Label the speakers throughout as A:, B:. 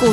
A: 股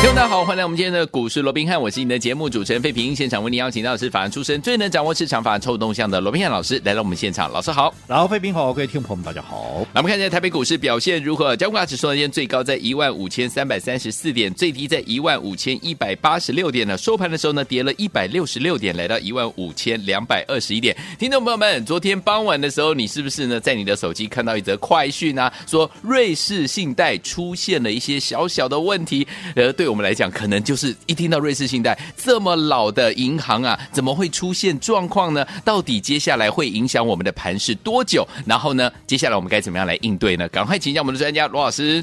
B: 听众大家好，欢迎来我们今天的股市罗宾汉，我是你的节目主持人费平。现场为您邀请到的是法案出身、最能掌握市场法臭动向的罗宾汉老师来到我们现场，老师好。
C: 然后，费宾好，各位听众朋友们，大家好。
B: 那我们看一下台北股市表现如何？加权指数呢，今天最高在15,334点，最低在15,186点呢。收盘的时候呢，跌了166点，来到15,221点。听众朋友们，昨天傍晚的时候，你是不是呢，在你的手机看到一则快讯啊，说瑞士信贷出现了一些小小的问题？呃，对我们来讲，可能就是一听到瑞士信贷这么老的银行啊，怎么会出现状况呢？到底接下来会影响我们的盘势多久？然后呢，接下来我们该怎么样来应对呢？赶快请教我们的专家罗老师。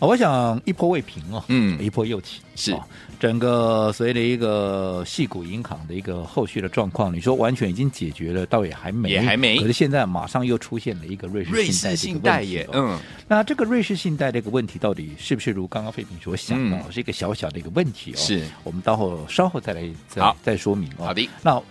C: 哦我想一波未平哦，
B: 嗯
C: 一波又起
B: 是
C: 哦整个随着一个系股银行的一个后续的状况，你说完全已经解决了，倒也还没，
B: 也还没
C: 可是现在马上又出现了一个瑞
B: 瑞
C: 士
B: 士
C: 信
B: 信
C: 贷
B: 贷
C: 的一
B: 也
C: 个问题、哦。
B: 嗯
C: 那这个瑞士信贷这个问题到底是不是如刚刚费平所想的、哦，是一个小小的一个问题哦？
B: 嗯是，
C: 我们到后稍后再来再
B: 好
C: 再说明哦。
B: 好的，
C: 那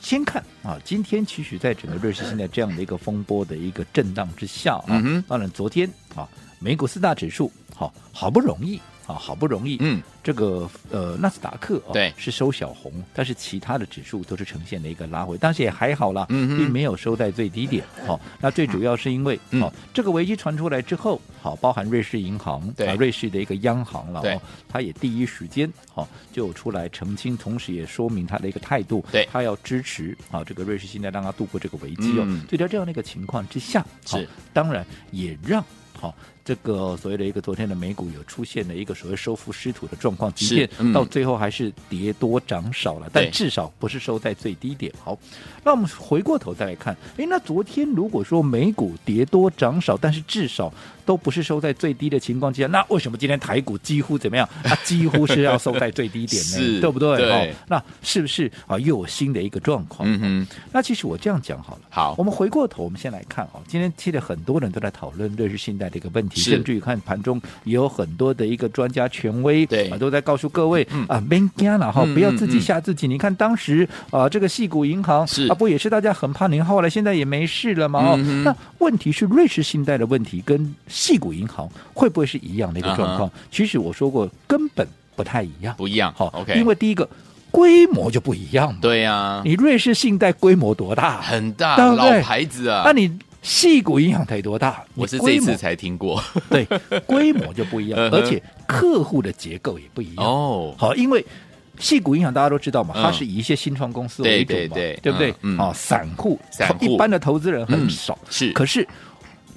C: 先看啊，今天其实在整个瑞士现在这样的一个风波的一个震荡之下啊，
B: 嗯哼
C: 当然昨天啊，美股四大指数好、好不容易啊，好不容易，
B: 嗯，
C: 这个呃纳斯达克啊、
B: 对
C: 是收小红，但是其他的指数都是呈现了一个拉回，但是也还好啦，
B: 嗯哼
C: 并没有收在最低点。好、那最主要是因为
B: 嗯
C: 哦，这个危机传出来之后，好、包含瑞士银行
B: 对
C: 啊，瑞士的一个央行了，
B: 对
C: 哦，它也第一时间好、就出来澄清，同时也说明它的一个态度，
B: 对
C: 它要支持啊、这个瑞士现在让它度过这个危机哦。
B: 嗯
C: 所以在这样的一个情况之下，好
B: 是
C: 当然也让好、这个所谓的一个昨天的美股有出现了一个所谓收复失土的状况，
B: 是
C: 即便
B: 嗯
C: 到最后还是跌多涨少了，
B: 对
C: 但至少不是收在最低点。好，那我们回过头再来看，诶，那昨天如果说美股跌多涨少，但是至少都不是收在最低的情况之下，那为什么今天台股几乎怎么样？ 它几乎是要收在最低点
B: 是
C: 呢？对不对？
B: 对
C: 哦，那是不是啊又有新的一个状况？
B: 嗯哼，
C: 那其实我这样讲好了。
B: 好
C: 我，们回过头，我们先来看哦，今天其实很多人都在讨论瑞士信贷的一个问题，
B: 是
C: 甚至于看盘中也有很多的一个专家权威，
B: 对
C: 啊、都在告诉各位、
B: 嗯
C: 啊，别干了哈
B: 嗯，
C: 不要自
B: 嗯
C: 己
B: 嗯
C: 吓自己。你看当时啊，这个系股银行
B: 是
C: 啊，不也是大家很怕您，后来现在也没事了嘛哦。
B: 嗯哼
C: 那问题是瑞士信贷的问题跟系股银行会不会是一样的一个状况？其实我说过，根本不太一样。
B: 啊不一样。嗯
C: 好、
B: ，OK，
C: 因为第一个规模就不一样嘛。
B: 对呀，
C: 你瑞士信贷规模多大？啊
B: 很大
C: 对不
B: 老
C: 对
B: 牌子啊
C: 那，你细股影响才多大？
B: 我是
C: 你
B: 这
C: 规
B: 一
C: 模
B: 次才听过
C: 对 规模就不一样
B: 嗯，哼
C: 而且客户的结构也不一样。
B: 哦。
C: 好，因为细股影响大家都知道嘛，
B: 嗯
C: 它是以一些新创公司为主嘛，
B: 对对对
C: 不对？
B: 嗯嗯
C: 哦，散户，
B: 散户
C: 一般的投资人很少，
B: 是，
C: 可是。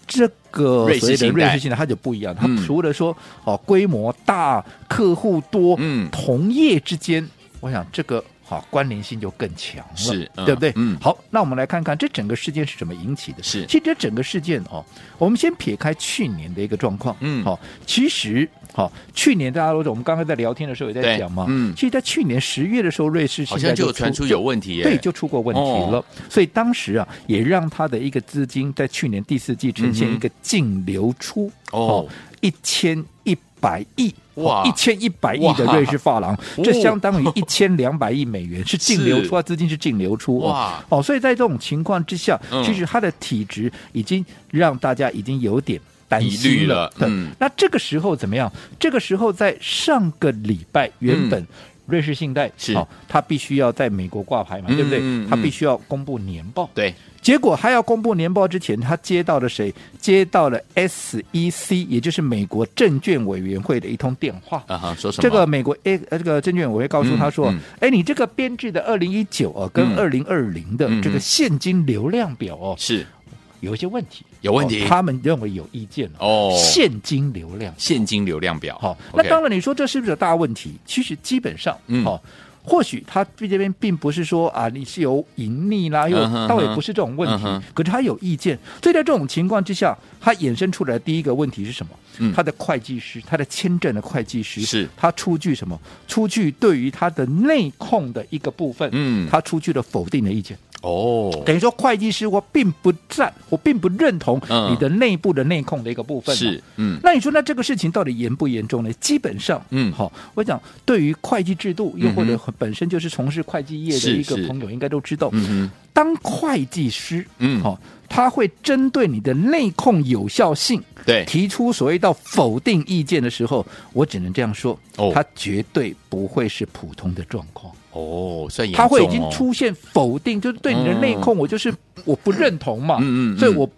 C: 这个
B: 瑞士
C: 所谓的
B: 信贷
C: 瑞士信贷，它就不一样。它
B: 嗯
C: 除了说哦规模大、客户多，
B: 嗯
C: 同业之间，我想这个好、关联性就更强了，
B: 是嗯
C: 对不对？
B: 嗯
C: 好，那我们来看看这整个事件是怎么引起的。
B: 是
C: 其实这整个事件哦，我们先撇开去年的一个状况，
B: 嗯
C: 好、其实好、去年大家都我们刚刚在聊天的时候也在
B: 对
C: 讲嘛，
B: 嗯
C: 其实，在去年十月的时候，瑞士
B: 好
C: 现
B: 像
C: 在
B: 就有传出有问题耶。哦
C: 对，就出过问题了。所以当时啊，也让他的一个资金在去年第四季呈
B: 嗯
C: 现一个净流出
B: 嗯哼哦，
C: 一千一百亿。哦
B: 哇
C: 一千一百亿
B: 哇哦
C: 的瑞士 法郎，这相当于一千两百亿美元，是净流
B: 是
C: 出啊，资金是净流出
B: 哇
C: 哇！哦，所以在这种情况之下
B: 嗯，
C: 其实它的体质已经让大家已经有点担
B: 疑虑
C: 心
B: 了
C: 了。
B: 嗯
C: 那这个时候怎么样？这个时候在上个礼拜，原本瑞士信贷
B: 嗯是
C: 哦，它必须要在美国挂牌嘛，
B: 嗯
C: 对不对
B: 嗯？
C: 它必须要公布年报。
B: 对，
C: 结果还要公布年报之前，他接到了谁？接到了 SEC，也就是美国证券委员会的一通电话。
B: 啊哈，说什么？
C: 这个美国 A 呃这个证券委员会告诉他说
B: 嗯嗯：“
C: 哎、你这个编制的二零一九哦，跟
B: 嗯
C: 二零二零的
B: 嗯嗯
C: 这个现金流量表哦，
B: 是
C: 有一些问题，
B: 有问题
C: 哦他们认为有意见哦。
B: 哦，
C: 现金流量
B: 现金流量表。
C: 好、
B: OK
C: 那当然你说这是不是有大问题？其实基本上，
B: 嗯
C: 哦，或许他这边并不是说啊你是有盈利啦，又
B: 嗯哼
C: 倒也
B: 哼
C: 不是这种问题，
B: 嗯哼
C: 可是他有意见，所以在这种情况之下，他衍生出来的第一个问题是什么？
B: 嗯
C: 他的会计师，他的签证的会计师
B: 是
C: 他出具什么？出具对于他的内控的一个部分，
B: 嗯
C: 他出具了否定的意见。
B: 哦，
C: 等于说会计师我并不赞，我并不认同
B: 嗯
C: 你的内部的内控的一个部分嘛
B: 是，嗯，
C: 那你说，那这个事情到底严不严重呢？基本上，
B: 嗯
C: 好、我讲对于会计制度，又或
B: 嗯
C: 者本身就是从事会计业的
B: 是
C: 一个
B: 是
C: 朋友，应该都知道，
B: 嗯哼，
C: 当会计师，
B: 嗯
C: 好、他会针对你的内控有效性
B: 对，
C: 提出所谓到否定意见的时候，我只能这样说，
B: 哦
C: 他绝对不会是普通的状况。
B: 哦，算严重
C: 他
B: 哦嗯
C: 会已经，出现否定，就是对你的内控，我就是我不认同嘛，
B: 嗯嗯嗯
C: 所以我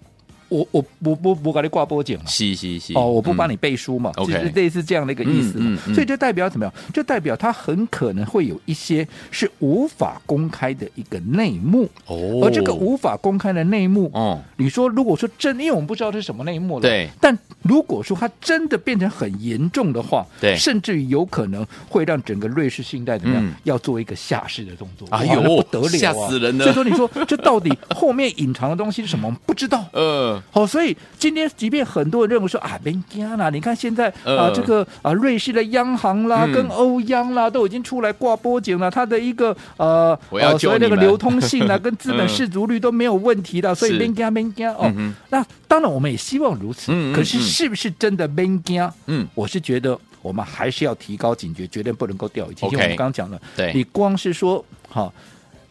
C: 我我我我我给你挂波警嘛。
B: 是是是，
C: 哦，我不帮
B: 你，
C: 你背书嘛，
B: 嗯 OK
C: 就是类似这样的一个意思嘛
B: 嗯嗯嗯
C: 所以就代表怎么样？就代表他很可能会有一些是无法公开的一个内幕，
B: 哦，
C: 而这个，无法公开的内幕，
B: 哦，
C: 你说如果说真，因为我们不知道这是什么内幕了，
B: 对。
C: 但如果说它真的变成很严重的话，
B: 对
C: 甚至于有可能会让整个瑞士信贷怎么样，
B: 嗯
C: 要做一个下市的动作，
B: 哎
C: 哇
B: 呦
C: 那不得了、啊，
B: 吓死人了
C: 所以说，你说这到底后面隐藏的东西是什么？我们不知道。
B: 呃，
C: 好、哦所以今天即便很多人认为说啊，没加啦，你看现在啊、
B: 呃
C: 这个啊，瑞士的央行啦，
B: 嗯
C: 跟欧央啦，都已经出来挂波警了，它的一个呃，
B: 我要
C: 呃所谓
B: 救
C: 那
B: 你
C: 个
B: 们
C: 流通 性啦，跟资
B: 嗯
C: 本市足率都没有问题的，所以
B: 是
C: 没加没加哦。
B: 嗯哼
C: 那当然，我们也希望如此，
B: 嗯嗯
C: 可是
B: 嗯
C: 是不是真的没加？
B: 嗯，
C: 我是觉得我们还是要提高警觉，绝对不能够掉以轻心。
B: OK
C: 因为我们刚刚讲了，
B: 对
C: 你光是说好。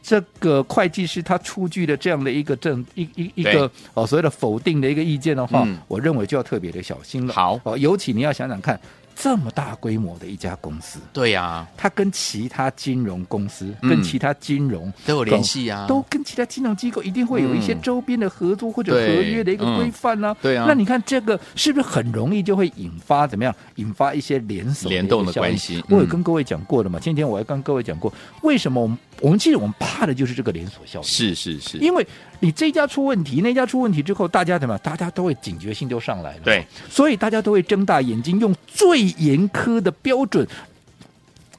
C: 这个会计师他出具的这样的一个证一一一
B: 对
C: 个哦所谓的否定的一个意见的话，
B: 嗯
C: 我认为就要特别的小心了。
B: 好
C: 哦，尤其你要想想看，这么大规模的一家公司，
B: 对呀，
C: 它跟其他金融公司、
B: 嗯
C: 跟其他金融
B: 都有联系啊，
C: 都跟其他金融机构一定会有一些
B: 嗯
C: 周边的合作或者
B: 对
C: 合约的一个规范呢、
B: 对啊
C: 那你看这个是不是很容易就会引发怎么样？引发一些联手
B: 联动的
C: 的一个效应
B: 关系
C: 我有
B: 嗯
C: 跟各位讲过的嘛，今天我还跟各位讲过，为什么我们我们其实我们怕的就是这个连锁效应。
B: 是是是，
C: 因为你这家出问题，那家出问题之后，大家怎么样？大家都会警觉性就上来了。
B: 对，
C: 所以大家都会睁大眼睛，用最严苛的标准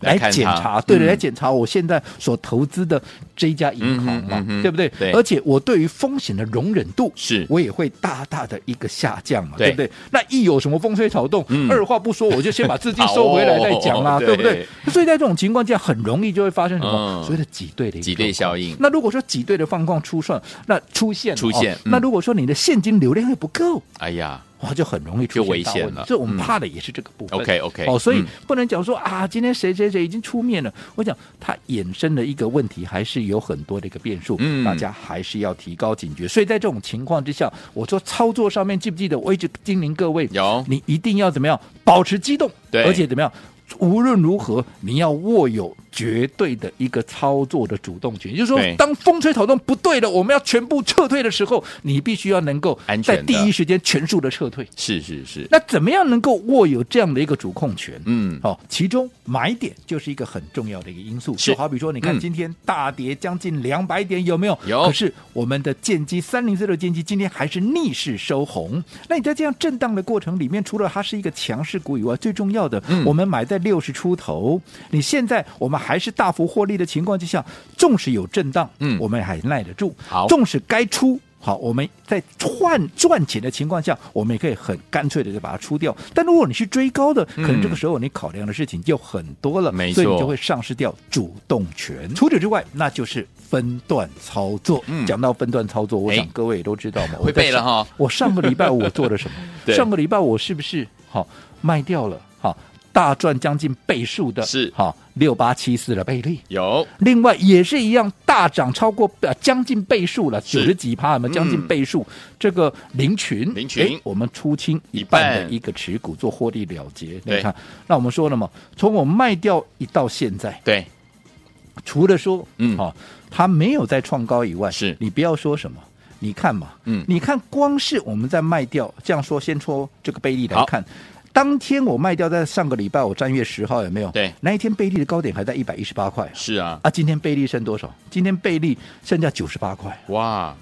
B: 来
C: 来
B: 看它
C: 检查，对的，
B: 嗯
C: 来检查我现在所投资的这一家银行嘛，
B: 嗯哼嗯哼
C: 对不对？
B: 对
C: 而且我对于风险的容忍度。
B: 是
C: 我也会大大的一个下降嘛，
B: 对
C: 对不对？那一有什么风吹草动，
B: 嗯
C: 二话不说，我就先把资金收回来
B: 好哦
C: 再讲啦，
B: 对
C: 对不对？所以在这种情况下，很容易就会发生什么
B: 嗯
C: 所谓的挤兑的一个
B: 挤兑
C: 状
B: 效
C: 况
B: 应
C: 那如果说挤兑的状况出算，那出现了
B: 出现
C: 哦
B: 嗯
C: 那如果说你的现金流量又不够，
B: 哎呀，
C: 哇，就很容易出
B: 就危
C: 现大
B: 险
C: 问题
B: 了
C: 所以我
B: 嗯
C: 们怕的也是这个部分。
B: OK，OK，
C: 哦，所以
B: 嗯
C: 不能讲说啊，今天谁谁谁已经出面了。我讲它衍生的一个问题还是有很多的一个变数，
B: 嗯
C: 大家还是要提高警觉。所以在这种情况之下，我说操作上面记不记得？我一直叮咛各位，
B: 有
C: 你一定要怎么样保持激动，
B: 哦对
C: 而且怎么样？无论如何，你要握有绝对的一个操作的主动权，也就是说
B: 对，
C: 当风吹草动不对了，我们要全部撤退的时候，你必须要能够
B: 安全
C: 在
B: 的
C: 第一时间全速的撤退。
B: 是是是，
C: 那怎么样能够握有这样的一个主控权？
B: 嗯，
C: 哦，其中买点就是一个很重要的一个因素。
B: 是
C: 就好比说，你看
B: 嗯
C: 今天大跌将近两百点，有没有？
B: 有
C: 可是我们的剑机三零四六剑机今天还是逆势收红。那你在这样震荡的过程里面，除了它是一个强势股以外，最重要的，
B: 嗯
C: 我们买在六十出头，你现在我们还是大幅获利的情况之下，纵使有震荡，
B: 嗯
C: 我们还耐得住。
B: 好
C: 纵使该出。好，我们在换赚钱的情况下，我们也可以很干脆的就把它出掉。但如果你是追高的，可能这个时候你考量的事情就很多了，
B: 嗯没
C: 所以你
B: 错
C: 就会丧失掉主动权。除此之外，那就是分段操作。
B: 嗯
C: 讲到分段操作，我
B: 哎
C: 想各位也都知道嘛，
B: 会
C: 我在
B: 背了
C: 上
B: 哈。
C: 我上个礼拜我做了什么？
B: 对
C: 上个礼拜我是不是好卖掉了？好，大赚将近倍数的，
B: 是
C: 好六八七四的倍率。
B: 有
C: 另外也是一样，大涨超过呃将近倍数了，九
B: 是嗯
C: 十几趴，我们将近倍数。这个林群，哎
B: 林群
C: 诶我们出清一
B: 一
C: 半
B: 半
C: 的一个持股做获利了结。
B: 对
C: 你看，那我们说了嘛，从我卖掉一到现在，
B: 对，
C: 除了说，
B: 嗯
C: 好、它没有再创高以外，
B: 是
C: 你不要说什么。你看嘛，
B: 嗯
C: 你看光是我们在卖掉，这样说，先说这个贝利来
B: 好
C: 看，当天我卖掉，在上个礼拜我三月十号有没有？
B: 对
C: 那一天贝利的高点还在一百一十八块，
B: 是啊，
C: 啊，今天贝利剩多少？今天贝利剩下九十八块。
B: 哇，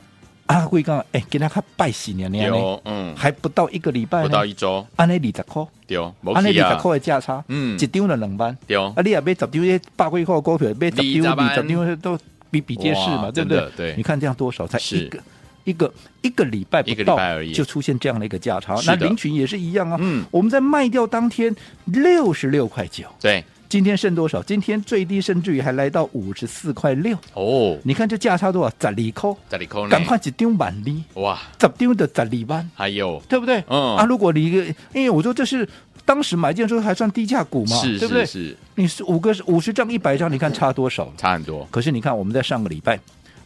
C: 啊，贵刚，哎，给他看拜喜年年呢，
B: 有，嗯，
C: 还不到一个礼拜
B: 不
C: 呢，
B: 到一周，
C: 安尼二十块，
B: 丢，没
C: 安尼
B: 去
C: 二
B: 啊
C: 十，块的价差，
B: 嗯
C: 一张了两万。
B: 丢
C: 啊，，你也买十张，那百几块的股票，买十
B: 二十
C: 张、
B: 万
C: 二十张都比比皆是
B: 哇
C: 嘛，对不对
B: 真的？对
C: 你看这样多少才
B: 是
C: 一个。一个一个礼拜
B: 一
C: 不
B: 个礼
C: 到
B: 拜而已
C: 就出现这样的一个价差，
B: 是
C: 那
B: 的
C: 林群也是一样啊。
B: 嗯
C: 我们在卖掉当天六十六块九，
B: 对，
C: 今天剩多少？今天最低甚至于还来到五十四块六。
B: 哦，
C: 你看这价差多少？十二扣，
B: 这里扣呢？
C: 赶快一张万二，
B: 哇，哎
C: 十张的十二万，
B: 还有
C: 对不对？
B: 嗯
C: 啊，如果你一个，因为我说这是当时买进的时候还算低价股嘛，
B: 是
C: 对不对
B: 是？是，
C: 你是五个五十张、一百张，你看差多少？
B: 差很多，
C: 可是你看，我们在上个礼拜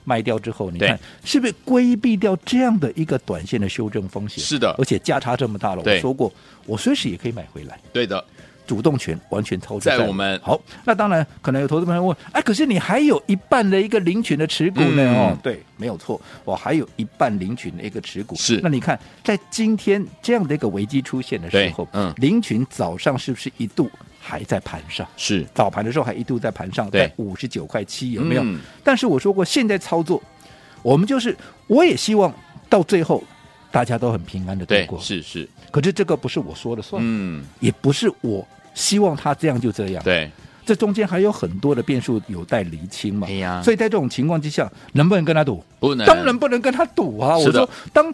C: 卖掉之后，你看
B: 对
C: 是不是规避掉这样的一个短线的修正风险？
B: 是的
C: 而且价差这么大了，我
B: 对
C: 说过，我随时也可以买回来，
B: 对的，
C: 主动权完全操作
B: 在我
C: 我
B: 们
C: 好。那当然，可能有投资朋友问，哎，可是你还有一半的一个领取的持股呢？
B: 嗯
C: 哦，对，没有错，我还有一半领取的一个持股。
B: 是
C: 那你看，在今天这样的一个危机出现的时候
B: 对，嗯
C: 领群早上是不是一度还在盘上？
B: 是
C: 早盘的时候还一度在盘上，
B: 对
C: 在五十九块七，有没有？
B: 嗯
C: 但是我说过，现在操作，我们就是我也希望到最后大家都很平安的度
B: 对，
C: 过。
B: 是是，
C: 可是这个不是我说了算，
B: 嗯，
C: 也不是我希望他这样就这样。
B: 对，
C: 这中间还有很多的变数有待厘清嘛。
B: 哎呀
C: 所以在这种情况之下，能不能跟他赌？
B: 不能，
C: 当然不能跟他赌啊！
B: 是
C: 我
B: 的
C: 说，当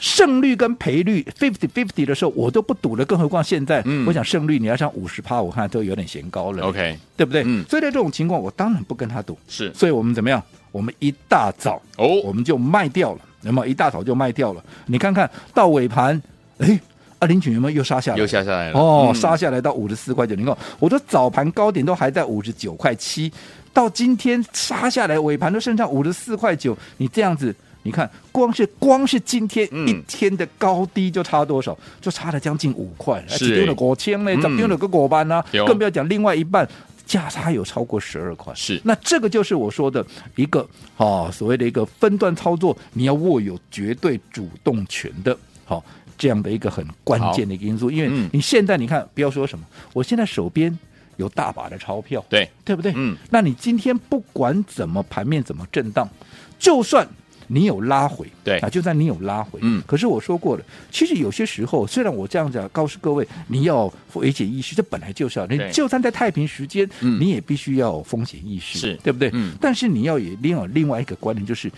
C: 胜率跟赔率 fifty fifty 的时候，我都不赌了，更何况现在，
B: 嗯
C: 我想胜率你要上五十趴，我看都有点嫌高了。
B: ，OK，
C: 对不对？
B: 嗯
C: 所以在这种情况，我当然不跟他赌。
B: 是
C: 所以我们怎么样？我们一大早我
B: 哦，
C: 们就卖掉了，那么一大早就卖掉了。你看看到尾盘，哎，啊，林群有没有又杀下来？
B: 又下下来了，
C: 哦，
B: 嗯
C: 杀下来到五十四块九零六。我说早盘高点都还在五十九块七，到今天杀下来尾盘都剩下五十四块九，你这样子。你看，光是光是今天
B: 嗯
C: 一天的高低就差多少？就差了将近五块，
B: 是
C: 丢了五千嘞，
B: 嗯
C: 怎么丢了个果班呢、
B: 有
C: 更不要讲另外一半价差有超过十二块。
B: 是
C: 那这个就是我说的一个哦，所谓的一个分段操作，你要握有绝对主动权的，好、这样的一个很关键的一个因素，
B: 嗯
C: 因为你现在你看，不要说什么，我现在手边有大把的钞票，
B: 对，
C: 对不对？
B: 嗯，
C: 那你今天不管怎么盘面怎么震荡，就算你有拉回，
B: 对
C: 啊，就算你有拉回，
B: 嗯
C: 可是我说过了，其实有些时候，虽然我这样讲，告诉各位你要有危险意识，这本来就是啊，你
B: 对
C: 就算在太平时间，
B: 嗯
C: 你也必须要有风险意识，
B: 是
C: 对不对？
B: 嗯
C: 但是你要也另有另外一个观点，就是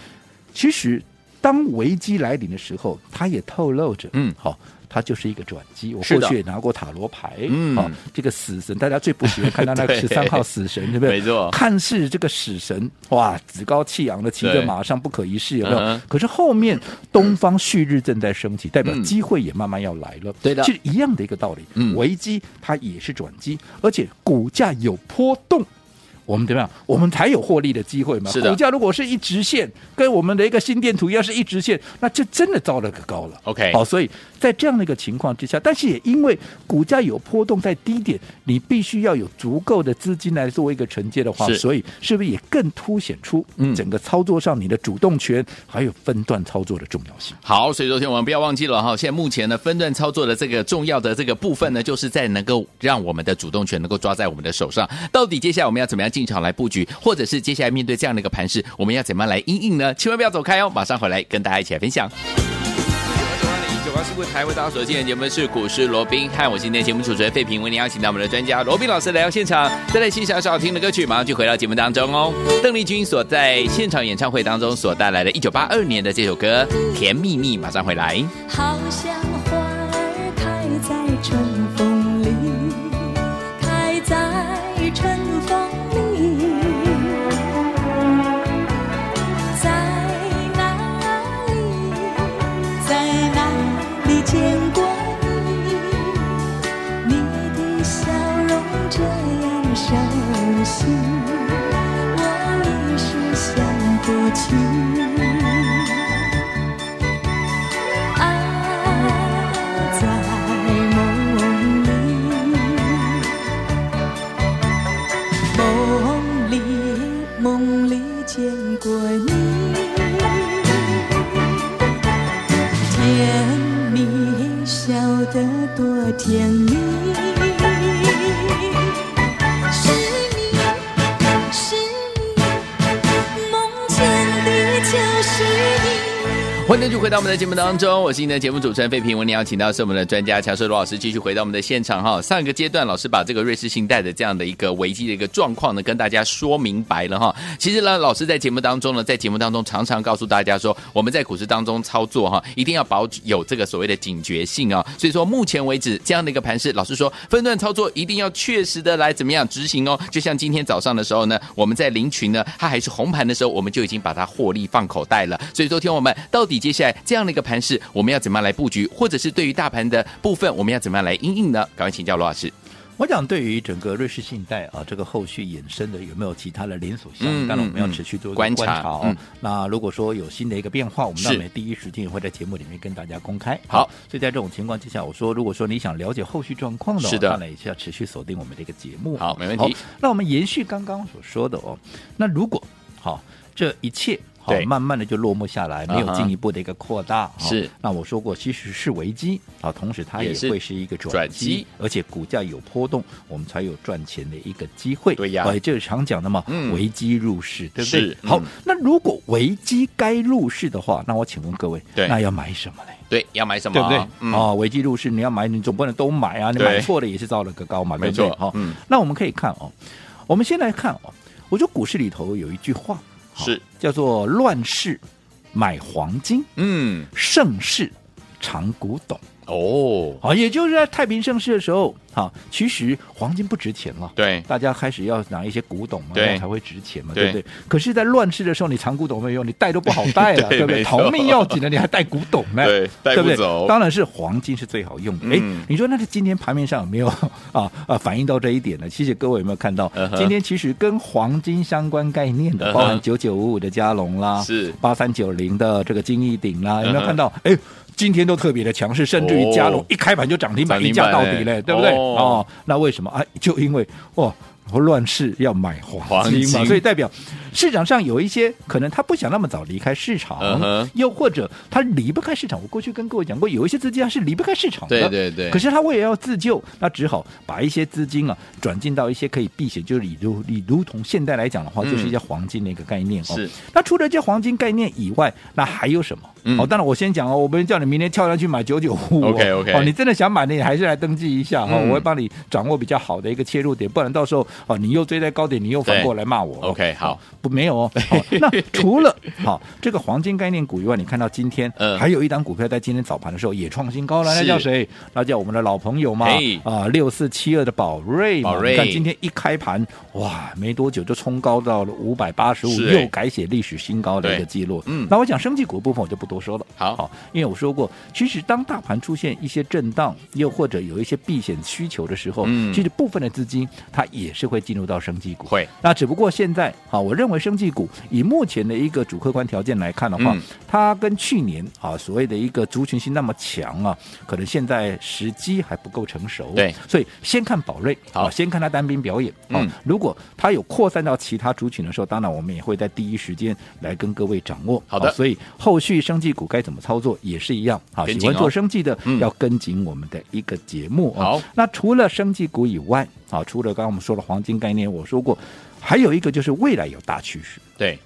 C: 其实当危机来临的时候，它也透露着，
B: 嗯
C: 好、它就是一个转机。我
B: 是的
C: 过去也拿过塔罗牌，
B: 嗯
C: 好、这个死神，大家最不喜欢看到那个
B: 对
C: 十三号死神，对不对？
B: 没错
C: 看似这个死神，哇，趾高气扬的骑着
B: 对
C: 马上不可一世，有没有？
B: 嗯哼
C: 可是后面东方旭日正在升起，代表
B: 嗯
C: 机会也慢慢要来了。
B: 对的
C: 其实一样的一个道理，
B: 嗯
C: 危机它也是转机，而且股价有波动。我们怎么样？我们才有获利的机会嘛。
B: 是的
C: 股价如果是一直线，跟我们的一个心电图要是一直线，那这真的糟了个高了。
B: OK
C: 好，所以在这样的一个情况之下，但是也因为股价有波动在低点，你必须要有足够的资金来做一个承接的话，
B: 是
C: 所以是不是也更凸显出
B: 嗯
C: 整个操作上你的主动权还有分段操作的重要性？
B: 好，所以昨天我们不要忘记了哈，现在目前呢分段操作的这个重要的这个部分呢，就是在能够让我们的主动权能够抓在我们的手上。到底接下来我们要怎么样进场来布局，或者是接下来面对这样的一个盘势，我们要怎么样来应应呢？千万不要走开哦，马上回来跟大家一起来分享。九八新闻台为大家所进行的节目是股市罗宾汉，我是今天节目主持人费平，为您邀请到我们的专家罗宾老师来到现场，再来欣赏一首好听的歌曲，马上就回到节目当中哦。邓丽君所在现场演唱会当中所带来的1982年的这首歌《甜蜜蜜》，马上回来。
D: 好像花儿开在春风里，开在春风里，在哪里，在哪里见过你？你的笑容这样熟悉，我一时想不起。爱在梦里，梦里梦里见过你，甜蜜笑得多甜蜜，是你是你，梦见的就是你。
B: 欢迎继续回到我们的节目当中，我是您的节目主持人费平。我们邀请到是我们的专家乔世罗老师，继续回到我们的现场哈。上一个阶段，老师把这个瑞士信贷的这样的一个危机的一个状况呢，跟大家说明白了哈。其实呢，老师在节目当中呢，在节目当中常常告诉大家说，我们在股市当中操作哈，一定要保有这个所谓的警觉性啊。所以说，目前为止这样的一个盘势，老师说分段操作一定要确实的来怎么样执行哦。就像今天早上的时候呢，我们在领取呢，它还是红盘的时候，我们就已经把它获利放口袋了。所以说，听我们到底接下来这样的一个盘势，我们要怎么样来布局，或者是对于大盘的部分，我们要怎么样来应应呢？赶快请教罗老师。
C: 我想对于整个瑞士信贷啊，这个后续衍生的有没有其他的连锁效
B: 嗯
C: 应？当然我们要
B: 嗯
C: 持续做一个
B: 观
C: 观
B: 察
C: 察哦。
B: 嗯
C: 那如果说有新的一个变化，我们当
B: 是
C: 然第一时间也会在节目里面跟大家公开。
B: 好
C: 所以在这种情况之下，我说如果说你想了解后续状况的话，
B: 是的
C: 当然也是要持续锁定我们这个节目。
B: 好没问题
C: 好那我们延续刚刚所说的哦，那如果好这一切。好
B: 对，
C: 慢慢的就落幕下来，没
B: 嗯
C: 有
B: 哼
C: 进一步的一个扩大。好
B: 是，
C: 那我说过，其实是危机啊，同时它
B: 也
C: 也
B: 是
C: 会是一个转
B: 转
C: 机
B: 机
C: 而且股价有波动，我们才有赚钱的一个机会。
B: 对呀
C: 哦也就是常讲的嘛，
B: 嗯
C: 危机入市，对不对
B: 是？嗯
C: 好，那如果危机该入市的话，那我请问各位，
B: 对
C: 那要买什么嘞？
B: 对，要买什么？
C: 对不对？
B: 嗯，
C: 哦，危机入市，你要买，你总不能都买啊，你
B: 对
C: 买错了也是造了个高嘛，
B: 没
C: 对不哦对
B: 错
C: 好，
B: 嗯
C: 那我们可以看哦，我们先来看哦，我觉得股市里头有一句话好
B: 是
C: 叫做“乱世买黄金，
B: 嗯，
C: 盛世藏古董”。
B: 哦，
C: 好，也就是在太平盛世的时候，好，其实黄金不值钱了。
B: 对，
C: 大家开始要拿一些古董嘛，
B: 对
C: 那才会值钱嘛，
B: 对
C: 对不对？可是，在乱世的时候，你藏古董没有用，你带都不好带 了，
B: 对
C: 对不对？
B: 没错
C: 逃命要紧的，你还带古董 呢，
B: 对带不
C: 对
B: 走
C: 当然是黄金是最好用的。哎、
B: 嗯
C: 你说那是今天盘面上有没有 啊啊反映到这一点呢？其实各位有没有看到
B: 嗯哼
C: 今天其实跟黄金相关概念的，
B: 嗯哼
C: 包含九九五五的加龙啦，
B: 是
C: 八三九零的这个金逸鼎啦，有
B: 嗯
C: 没
B: 哼
C: 有看到？哎、今天都特别的强势，甚至于加龙
B: 哦
C: 一开盘就涨停板，
B: 涨停
C: 一价到
B: 板
C: 底
B: 哎
C: 嘞，对不对？
B: 哦
C: 哦，那为什么啊？就因为哇，乱世要买黄金
B: 黄
C: 嘛，
B: 金
C: 所以代表市场上有一些可能他不想那么早离开市场，
B: 嗯哼
C: 又或者他离不开市场。我过去跟各位讲过，有一些资金他是离不开市场
B: 对
C: 的，
B: 对对
C: 可是他为了要自救，那只好把一些资金啊转进到一些可以避险，就是以如以如同现在来讲的话，
B: 嗯
C: 就是一些黄金的一个概念哦。
B: 是
C: 那除了这黄金概念以外，那还有什么？
B: 嗯
C: 哦，当然我先讲哦，我不是叫你明天跳上去买九九五
B: OK，OK
C: 哦，你真的想买的，你还是来登记一下哈、
B: 嗯
C: 我会帮你掌握比较好的一个切入点，不然到时候哦，你又追在高点，你又反过来骂我。
B: 对 OK，好
C: 哦，不没 有哦。好，那除了好这个黄金概念股以外，你看到今天、
B: 嗯
C: 还有一档股票在今天早盘的时候也创新高了，那
B: 是
C: 叫谁？那叫我们的老朋友嘛
B: 嘿，
C: 啊，六四七二的宝瑞嘛。
B: 宝瑞
C: 你看今天一开盘，哇，没多久就冲高到了五百八十五，
B: 是哎
C: 又改写历史新高的一
B: 对
C: 个记录。
B: 嗯
C: 那我讲升级股的部分我就不多说了。
B: 好
C: 因为我说过，其实当大盘出现一些震荡，又或者有一些避险需求的时候，
B: 嗯
C: 其实部分的资金它也是会进入到升级股。
B: 会，
C: 那只不过现在啊，我认为生技股以目前的一个主客观条件来看的话，
B: 嗯
C: 它跟去年啊所谓的一个族群性那么强啊，可能现在时机还不够成熟。
B: 对，
C: 所以先看宝瑞，
B: 好
C: 啊，先看它单兵表演。啊
B: 嗯
C: 如果它有扩散到其他族群的时候，当然我们也会在第一时间来跟各位掌握。
B: 好的
C: 啊所以后续生技股该怎么操作也是一样啊，
B: 跟
C: 喜
B: 紧哦
C: 欢做生技的、
B: 嗯
C: 要跟紧我们的一个节目啊。
B: 好
C: 那除了生技股以外，啊，除了刚刚我们说的黄金概念，我说过，还有一个就是未来有大趋势，
B: 对，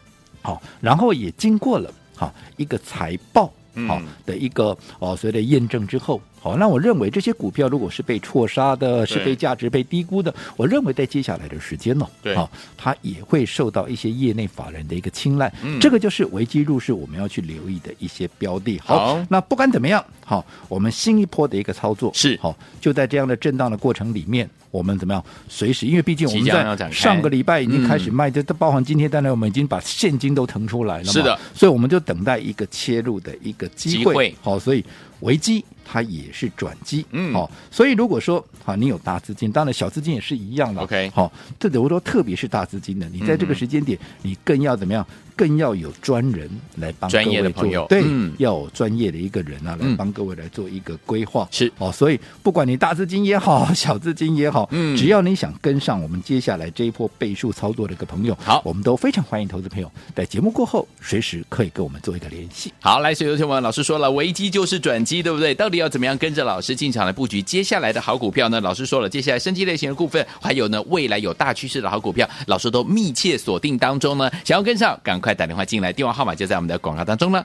C: 好、然后也经过了好、一个财报。
B: 嗯
C: 好、的一个哦，所谓的验证之后，好、那我认为这些股票如果是被错杀的，是被价值被低估的，我认为在接下来的时间呢、哦
B: 对
C: 好、它也会受到一些业内法人的一个青睐，
B: 嗯
C: 这个就是危机入市我们要去留意的一些标的。
B: 好
C: 那不管怎么样，好、我们新一波的一个操作
B: 是
C: 好、就在这样的震荡的过程里面，我们怎么样随时，因为毕竟我们
B: 即将要展
C: 在
B: 开
C: 上个礼拜已经开始
B: 嗯
C: 卖，这、这包含今天，当然我们已经把现金都腾出来了嘛，
B: 是的，
C: 所以我们就等待一个切入的一个机
B: 机会
C: 会，好、所以危机它也是转机，
B: 嗯
C: 好、所以如果说好、你有大资金，当然小资金也是一样的
B: OK
C: 好、这等于说特别是大资金的，你在这
B: 嗯
C: 个时间点，你更要怎么样？更要有专人来帮
B: 专业
C: 各位
B: 的朋
C: 做
B: 友
C: 对，
B: 嗯
C: 要有专业的一个人啊，
B: 嗯
C: 来帮各位来做一个规划。
B: 是
C: 哦，所以不管你大资金也好，小资金也好，
B: 嗯
C: 只要你想跟上我们接下来这一波倍数操作的一个朋友，
B: 好
C: 我们都非常欢迎投资朋友在节目过后随时可以跟我们做一个联系。
B: 好，来，所以有听我们老师说了，危机就是转机，对不对？到底要怎么样跟着老师进场来布局接下来的好股票呢？老师说了，接下来升级类型的股份，还有呢未来有大趋势的好股票，老师都密切锁定当中呢。想要跟上，赶快打电话进来，电话号码就在我们的广告当中了。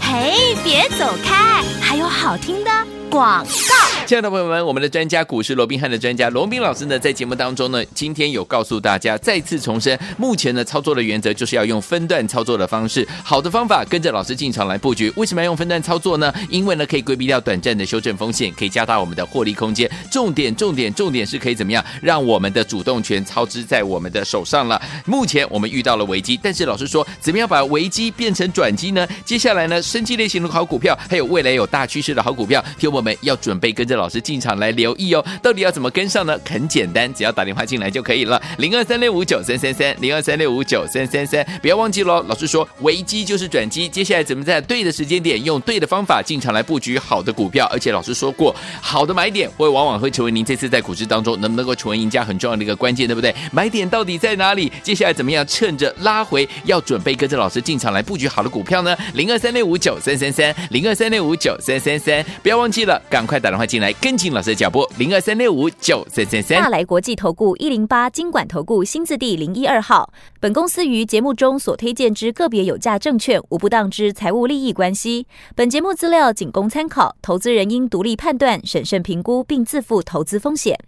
A: 嘿，别走开，还有好听的广告。
B: 亲爱的朋友们，我们的专家股市罗宾汉的专家罗宾老师呢，在节目当中呢，今天有告诉大家，再次重申，目前呢操作的原则就是要用分段操作的方式，好的方法跟着老师进场来布局。为什么要用分段操作呢？因为呢可以规避掉短暂的修正风险，可以加大我们的获利空间。重点重点重点是可以怎么样，让我们的主动权操之在我们的手上了。目前我们遇到了危机，但是老师说，怎么样把危机变成转机呢？接下来呢，生机类型的好股票，还有未来有大趋势的好股票，听我们要准备跟着老师进场来留意哦。到底要怎么跟上呢？很简单，只要打电话进来就可以了，零二三六五九三三三，零二三六五九三三三，不要忘记喽。老师说，危机就是转机，接下来怎么在对的时间点，用对的方法进场来布局好的股票，而且老师说过，好的买点会往往会成为您这次在股市当中能不能够成为赢家很重要的一个关键，对不对？买点到底在哪里？接下来怎么样趁着拉回，要准备跟着老师进场来布局好的股票呢？零二三六五九三三三，零二三六五九三三三，不要忘记了，赶快打电话进来跟进老师的脚步，零二三六五九三三三
E: 大。来国际投顾一零八金管投顾新字第零一二号。本公司于节目中所推荐之个别有价证券，无不当之财务利益关系。本节目资料仅供参考，投资人应独立判断、审慎评估，并自负投资风险。